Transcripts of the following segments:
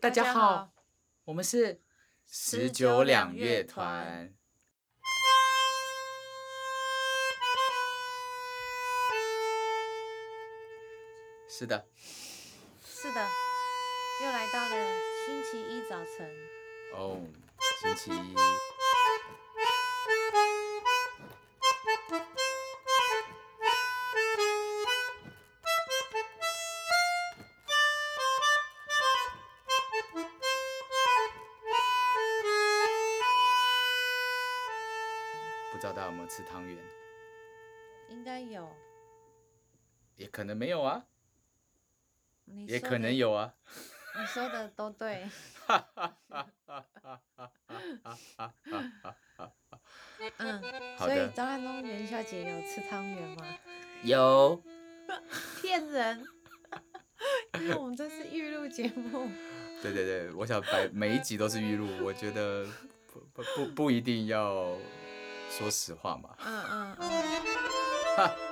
大大家家好好，我们是十九两乐团。是的，是的，又来到了星期一早晨。哦，星期一，不知道大家有没有吃汤圆，应该有，也可能没有啊，你也说可的能，有啊。 你说的都对。嗯，好所以的，张汉东元宵节有吃汤圆吗？有骗人！ 因为我们这是预录节目，对对对，我想百每一集都是预录，我觉得不不不不一定要说实话嘛。嗯嗯嗯，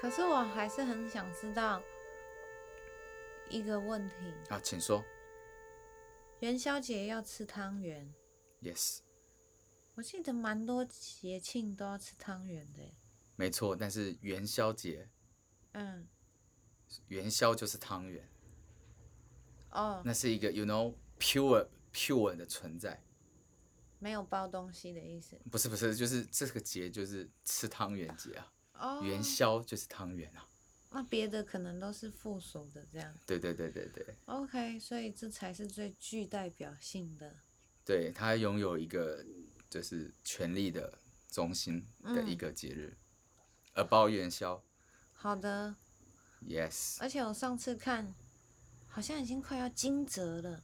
可是我还是很想知道一个问题：啊，请说。元宵节要吃汤圆， Yes，我记得蛮多节庆都要吃汤圆的耶。没错，但是元宵节，嗯，元宵就是汤圆，哦，那是一个 you know pure pure 的存在。没有包东西的意思。不是不是，就是这个节就是吃汤圆节啊，哦，元宵就是汤圆啊。那别的可能都是附属的这样。对对对对对 OK，所以这才是最具代表性的。对，它拥有一个就是权力的中心的一个节日，而包元宵。好的， Yes，而且我上次看，好像已经快要惊蛰了。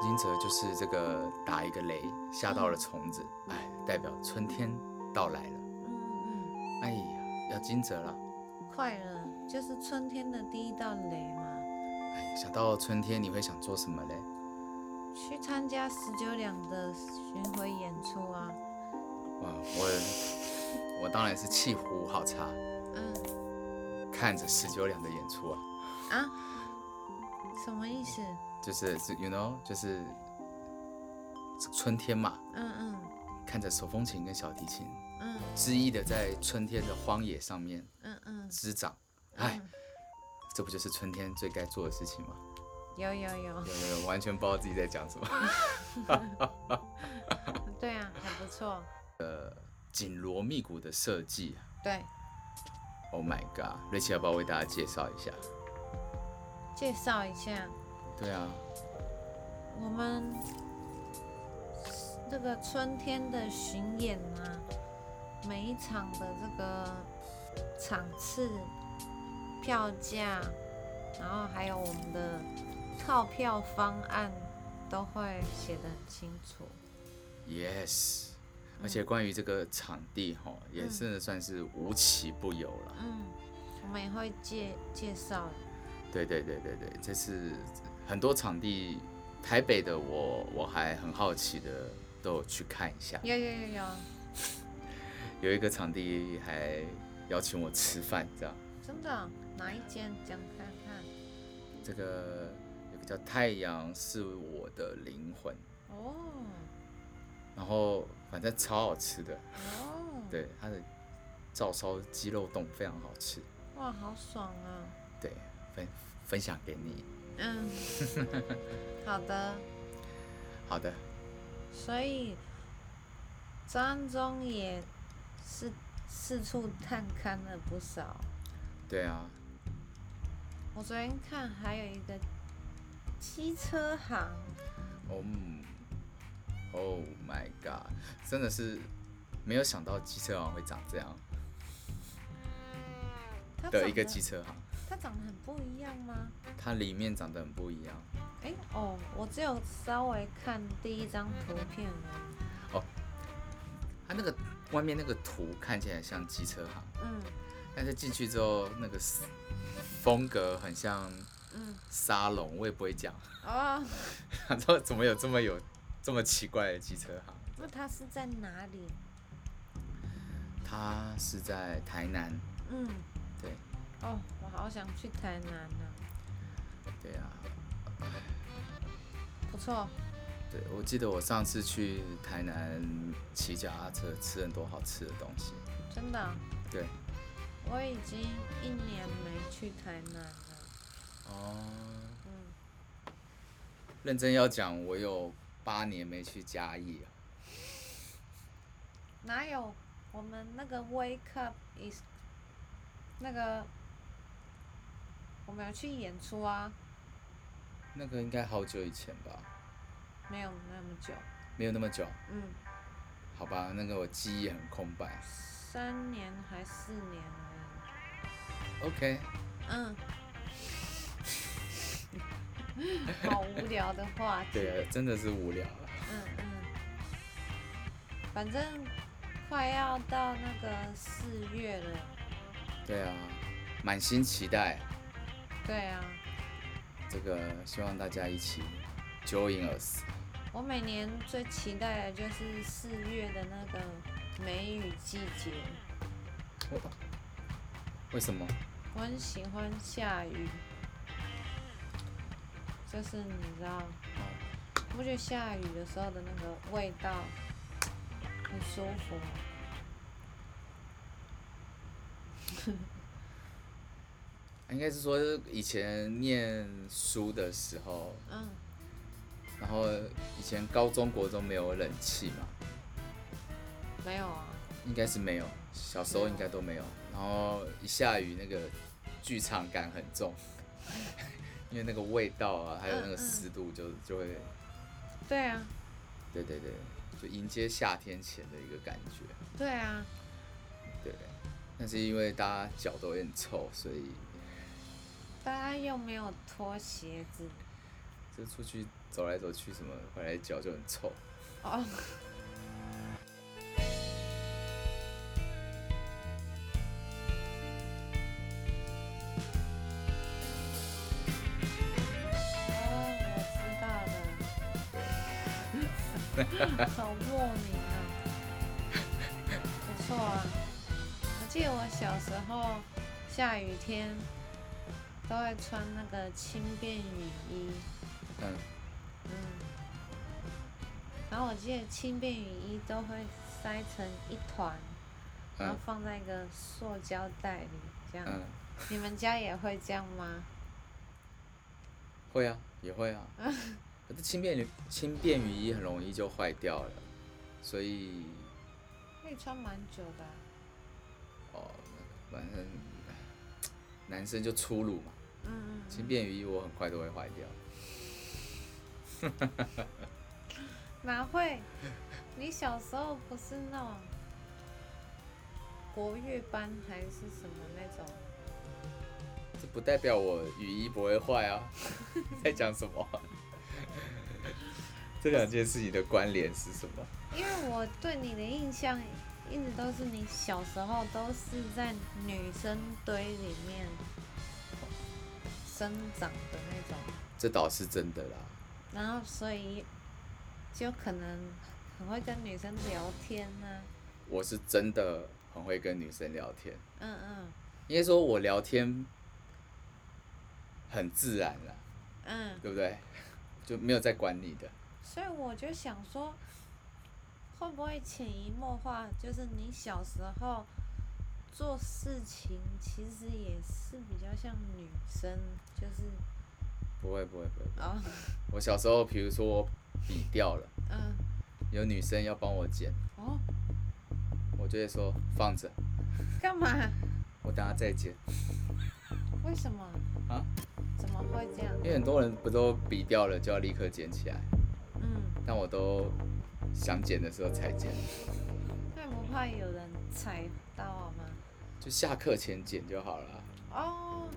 惊蛰就是这个打一个雷吓到了虫子，哎，代表春天到来了。嗯哎呀，要惊蛰了。嗯，快了，就是春天的第一道雷嘛。哎，想到春天你会想做什么嘞？去参加十九两的巡回演出啊。哇，我我当然是气呼好差，嗯看着十九两的演出啊，啊，什么意思？就是是 you know 就是春天嘛，嗯嗯看着手风琴跟小提琴嗯恣意的在春天的荒野上面嗯嗯，滋长，哎嗯，这不就是春天最该做的事情吗？有有有，有 有有，完全不知道自己在讲什么。对啊，还不错。紧锣密鼓的设计啊对， ，Oh my god！瑞奇要不要为大家介绍一下？介绍一下。对啊，我们这个春天的巡演啊，每一场的这个场次、票价，然后还有我们的套票方案都会写得很清楚。 Yes，而嗯且关于这个场地哈，也是算是无奇不有了。嗯，我们也会介介绍。对对对对对，这次很多场地，台北的我我还很好奇的都有去看一下，有有有有，有一个场地还邀请我吃饭，这样真的哦、哪一间讲看看？这个有个叫太阳是我的灵魂，哦然后反正超好吃的，哦，，对它的照烧鸡肉冻非常好吃，哇，好爽啊！对分分享给你，嗯，好的。好的。所以张中也是四处探勘了不少。对啊，我昨天看还有一个机车行，哦、嗯 o h oh my god，真的是没有想到机车行会长这样它长的得一个机车行，它长得很不一样吗？它里面长得很不一样哎、哦，我只有稍微看第一张图片而已。它那个外面那个图看起来像机车行，嗯但是进去之后那个 s- 风格很像嗯，沙龙，我也不会讲， 哦，想说怎么有这么有这么奇怪的机车行？那它是在哪里？它是在台南，嗯，对哦，我好想去台南啊，对啊，不错，对我记得我上次去台南骑脚踏车，吃很多好吃的东西。真的啊、对，我已经一年没去台南了。哦，嗯，认真要讲，我有八年没去嘉义啊了。哪有我们那个 Wake Up is 那个我们有去演出啊？那个应该好久以前吧，没有那么久，没有那么久，嗯，好吧，那个我记忆很空白。三年还四年而 OK，已。嗯。 好无聊的话题。对，啊真的是无聊啊了。嗯嗯，反正快要到那个四月了，对啊，满心期待，对啊，这个希望大家一起 join us。我每年最期待的就是四月的那个梅雨季节，我哦为什么？我很喜欢下雨，就是你知道，啊你不觉得下雨的时候的那个味道很舒服吗？应该是说以前念书的时候，嗯，然后以前高中国中没有冷气嘛，没有啊，应该是没有，小时候应该都没有。然后一下雨，那个剧场感很重， 因为那个味道啊，还有那个湿度就，就会，对啊，对对对，就迎接夏天前的一个感觉，对啊，对。但是因为大家脚都有点臭，所以大家又没有脱鞋子。就出去走来走去什么，回来脚就很臭。哦。我知道了好莫名啊，不错啊！我记得我小时候下雨天都会穿那个轻便雨衣，嗯，嗯，然后我记得轻便雨衣都会塞成一团，然后嗯放在一个塑胶袋里，这样。嗯，你们家也会这样吗？会啊，也会啊。可是轻便雨轻便雨衣很容易就坏掉了，所以那你穿蛮久的啊、哦，那反正男生就粗鲁嘛，嗯嗯，轻便雨衣我很快都会坏掉。哪会？ 你小时候不是那种国乐班还是什么那种？这不代表我雨衣不会坏啊， 在讲什么？ 这两件事情的关联是什么？因为我对你的印象一直都是你小时候都是在女生堆里面生长的那种，这倒是真的啦。然后所以就可能很会跟女生聊天啊呐、我是真的很会跟女生聊天，嗯嗯应该说我聊天很自然啦，嗯，对不对？就没有在管你的。所以我就想说，会不会潜移默化，就是你小时候做事情其实也是比较像女生，就是不会不会不会，哦我小时候比如说我笔掉了，嗯有女生要帮我捡，哦，我就会说放着，干嘛？我等下再捡。为什么？啊？怎么会这样？因为很多人不都笔掉了就要立刻捡起来，嗯，但我都想捡的时候才捡，那你不怕有人踩到吗？就下课前捡就好了。啊哦，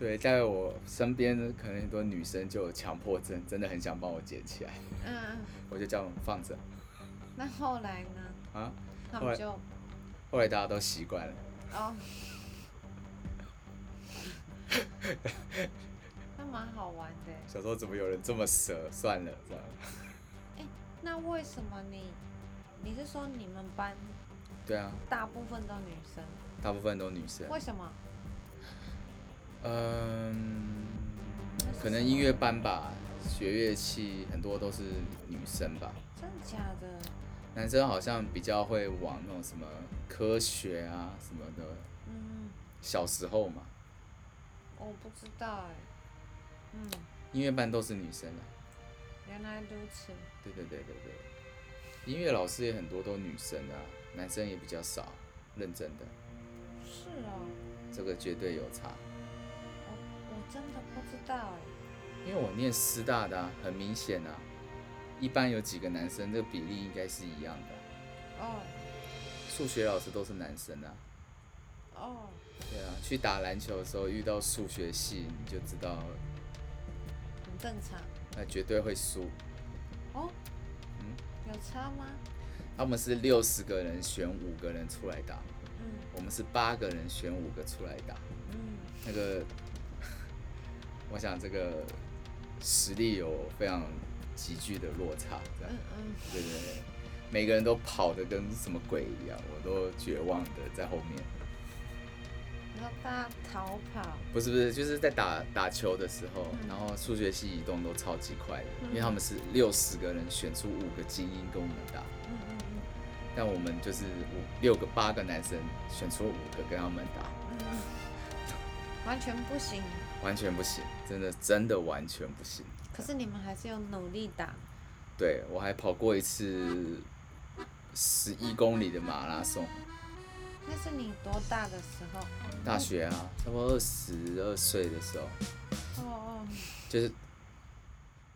对，在我身边可能很多女生就有强迫症，真的很想帮我捡起来，嗯，我就叫他们放着，嗯那后来呢？啊。他后来们就后来大家都习惯了，哦，那蛮好玩的耶。小时候怎么有人这么蛇？算了，这样。那为什么你你是说你们班对啊，大部分都女生？大部分都女生。为什么？嗯，可能音乐班吧，学乐器很多都是女生吧，真的假的？男生好像比较会往那种什么科学啊什么的。嗯，小时候嘛，我不知道哎。嗯，音乐班都是女生啊。原来如此。对对对对对，音乐老师也很多都女生啊，男生也比较少，认真的，是哦，这个绝对有差。我真的不知道哎。因为我念师大的、啊，很明显啊，一般有几个男生，这个比例应该是一样的啊、哦数学老师都是男生啊，哦，对啊，去打篮球的时候遇到数学系，你就知道很正常。那绝对会输。哦，嗯有差吗？他啊们是六十个人选五个人出来打，嗯我们是八个人选五个出来打。嗯，那个， 我想这个实力有非常急剧的落差，这样嗯嗯，对对对，每个人都跑得跟什么鬼一样，我都绝望的在后面。然后大家逃跑，不是不是，就是在打打球的时候，嗯然后数学系移动都超级快的，嗯因为他们是六十个人选出五个精英跟我们打，嗯嗯但我们就是五六个八个男生选出五个跟他们打，嗯嗯，完全不行。完全不行，真的真的完全不行。可是你们还是有努力打，对我还跑过一次十一公里的马拉松，那是你多大的时候？大学啊，差不多二十二岁的时候，哦哦，就是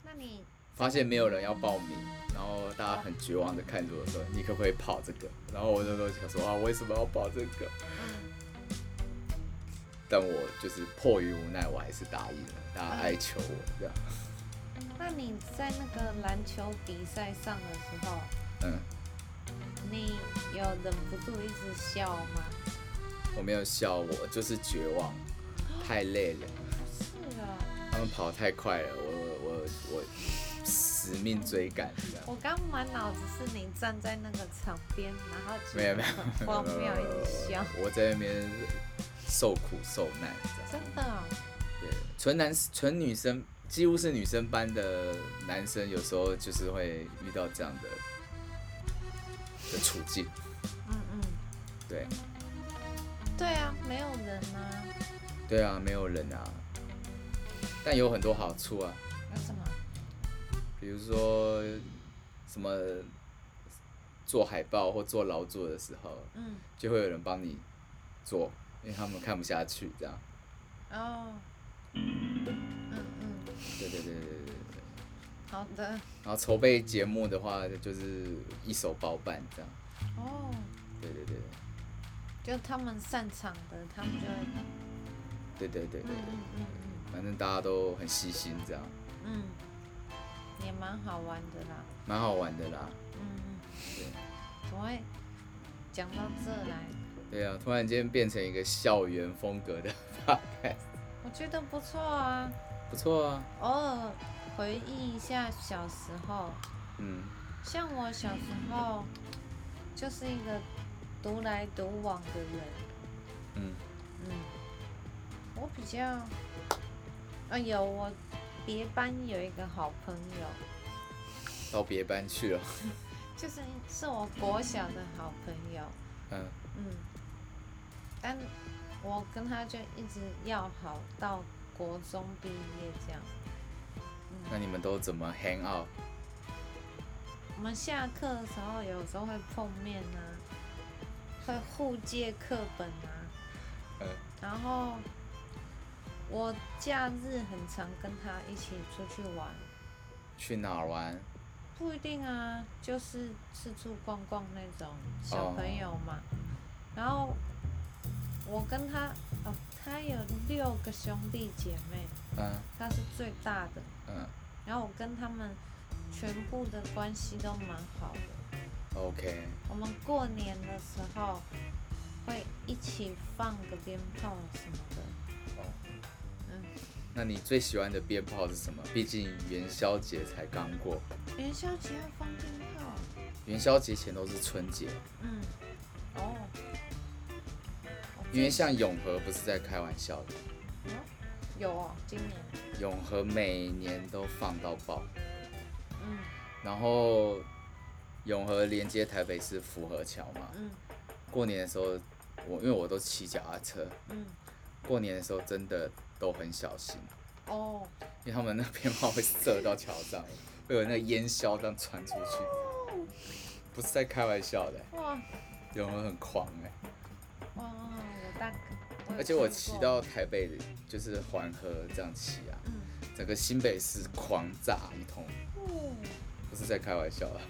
那你发现没有人要报名，然后大家很绝望的看着我说：“你可不可以跑这个？”然后我那时候想说：“啊，为什么要跑这个嗯？”但我就是迫于无奈，我还是答应了，大家哀求我这样。那你在那个篮球比赛上的时候，嗯，你有忍不住一直笑吗？我没有笑，我就是绝望，太累了，是啊，他们跑太快了，我我我我死命追赶这样。我刚满脑子是你站在那个场边，然后没有没有很荒谬一直笑，我在那边受苦受难这样。真的哦、对，纯男纯女生几乎是女生班的男生，有时候就是会遇到这样的的处境。嗯嗯，对，对啊，没有人啊，对啊，没有人啊，但有很多好处啊，那什么？比如说什么做海报或做劳作的时候，嗯，就会有人帮你做，因为他们看不下去这样。哦，嗯嗯，对对对对对对。好的，然后筹备节目的话，就是一手包办这样。哦，对对对就他们擅长的，他们就会，对对对对嗯对，嗯嗯反正大家都很细心这样，嗯嗯，也蛮好玩的啦，蛮好玩的啦。嗯，对怎么会讲到这来？对啊，突然间变成一个校园风格的 podcast，我觉得不错啊，不错啊。偶尔回忆一下小时候，嗯，像我小时候就是一个独来独往的人。嗯嗯，我比较，啊有我别班有一个好朋友，到别班去了。就是是我国小的好朋友，嗯，嗯，但我跟他就一直要好到国中毕业这样。那你们都怎么 hang out？我们下课的时候有时候会碰面啊，会互借课本啊，嗯然后我假日很常跟他一起出去玩。去哪儿玩？不一定啊，就是四处逛逛那种小朋友嘛。然后我跟他，哦，他有六个兄弟姐妹，嗯他是最大的。嗯，然后我跟他们全部的关系都蛮好的， OK，我们过年的时候会一起放个鞭炮什么的。哦，嗯，那你最喜欢的鞭炮是什么？毕竟元宵节才刚过，元宵节要放鞭炮。元宵节前都是春节，嗯，哦。哦因为像永和不是在开玩笑的，这嗯有哦，今年。永和每年都放到爆，嗯然后永和连接台北市福和桥嘛，嗯过年的时候我因为我都骑脚踏车，嗯，过年的时候真的都很小心，哦。因为他们那鞭炮会射到桥上，会有那个烟硝这样传出去，不是在开玩笑的，哇永和很狂哎、哇，我大哥。有而且我听骑过到台北就是环河这样骑啊，嗯整个新北市狂炸一通，哦，不是在开玩笑啊。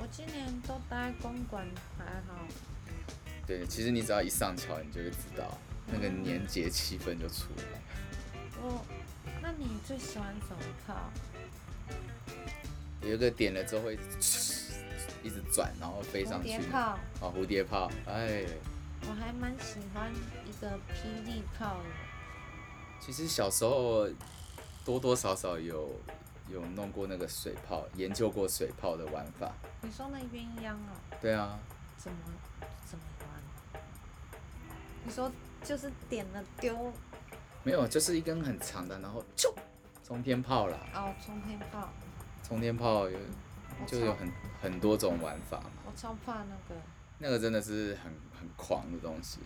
我今年都待公馆还好。对，其实你只要一上桥，你就会知道那个年节气氛就出来。我，那你最喜欢什么炮？有一个点了之后会一直一直转，然后飞上蝴去蝶。炮，哦，蝴蝶炮，哎，我还蛮喜欢一个霹雳炮的。其实小时候多多少少有有弄过那个水炮，研究过水炮的玩法。你说那鸳鸯哦，对啊，怎么怎么玩？你说就是点了丢没有，就是一根很长的，然后就冲天炮啦。哦，冲天炮，冲天炮有我就有超很很多种玩法嘛，我超怕那个，那个真的是很很狂的东西，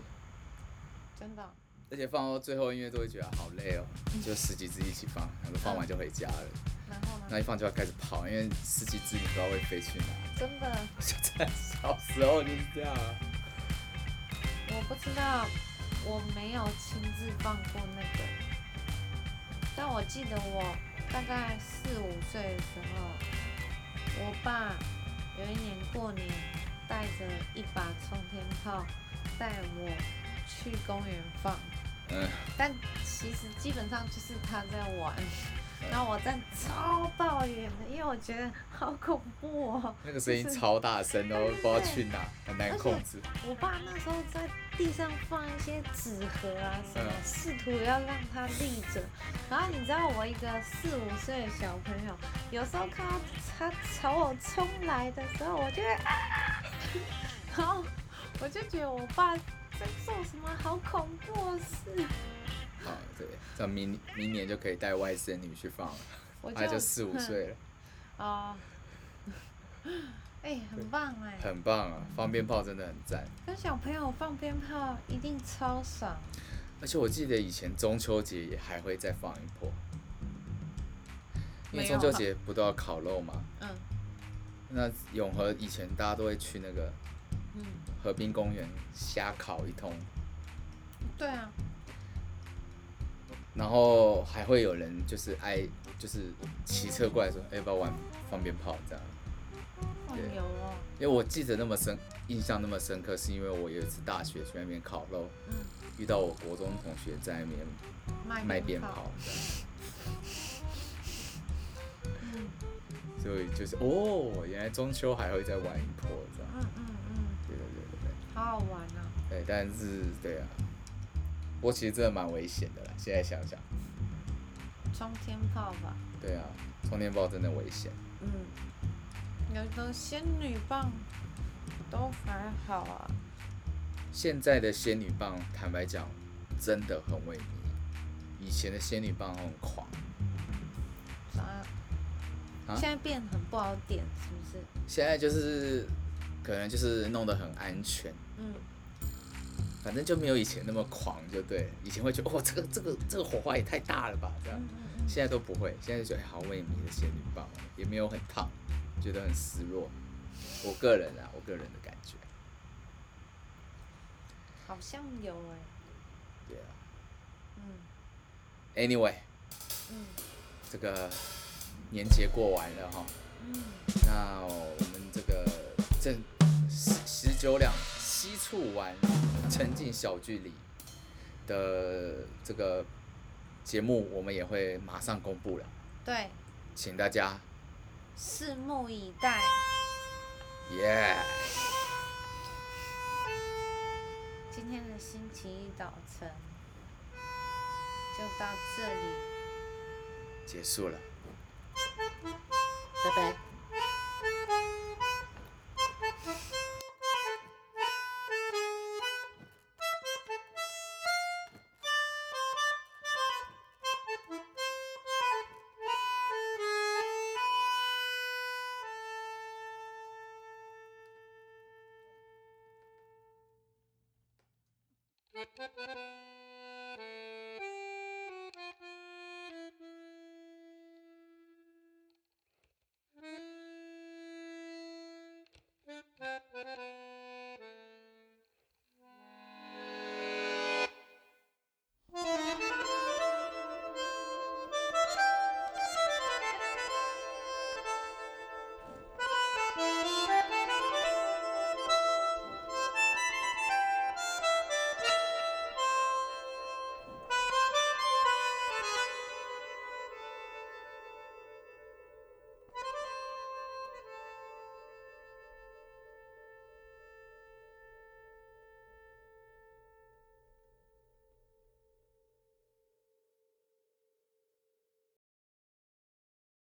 真的哦。而且放到最后音乐都会觉得好累哦，就十几只一起放，然后放完就回家了，然后那呢？一放就要开始跑，因为十几只你不知道会飞去哪。真的，就在小时候就是这样啊，我不知道，我没有亲自放过那个，但我记得我大概四五岁的时候，我爸有一年过年带着一把冲天炮带我去公园放，嗯，但其实基本上就是他在玩。然后我站超抱怨的，因为我觉得好恐怖哦！那个声音超大声的，我不知道去哪，很难控制。我爸那时候在地上放一些纸盒啊什么，嗯试图要让它立着。然后你知道我一个四五岁的小朋友，有时候看到他朝我冲来的时候，我就会啊， 然后我就觉得我爸在做什么好恐怖的事，好，对，这样明明年就可以带外甥女去放了，我他就就四五岁了，啊， 哎、很棒哎、很棒啊，放鞭炮真的很赞。跟小朋友放鞭炮一定超爽，而且我记得以前中秋节也还会再放一波，因为没有中秋节不都要烤肉嘛？嗯那永和以前大家都会去那个嗯，河滨公园瞎烤一通，对啊，然后还会有人就是挨就是骑车过来说，哎、要不要玩放鞭炮这样？哦对有哦，因为我记得那么深，印象那么深刻，是因为我有一次大学去那边烤肉，嗯。遇到我国中同学在那边卖鞭炮，，这样嗯所以就是哦，原来中秋还会再玩一波这样。嗯嗯嗯，对对对对对。好好玩啊！对，哎但是对啊，不过其实真的蛮危险的啦。现在想想，冲天炮吧，对啊，充电宝真的危险。嗯，有的仙女棒都还好啊，现在的仙女棒，坦白讲，真的很萎靡。以前的仙女棒很狂，啥？啊现在变很不好点，是不是？现在就是可能就是弄得很安全，嗯，反正就没有以前那么狂，就对了。以前会觉得哦，这个这个这个火花也太大了吧，这样嗯。嗯现在都不会，现在就觉得哎好萎靡的仙女棒，也没有很烫，觉得很失落。我个人啊，我个人的感觉。嗯，好像有哎、对啊。嗯 Anyway，嗯这个年节过完了哈，嗯，那我们这个正十十九两西处玩沉浸小距离的这个节目，我们也会马上公布了，对，请大家拭目以待。耶、yeah!。星期一早晨就到这里，结束了。拜拜。 Thank you.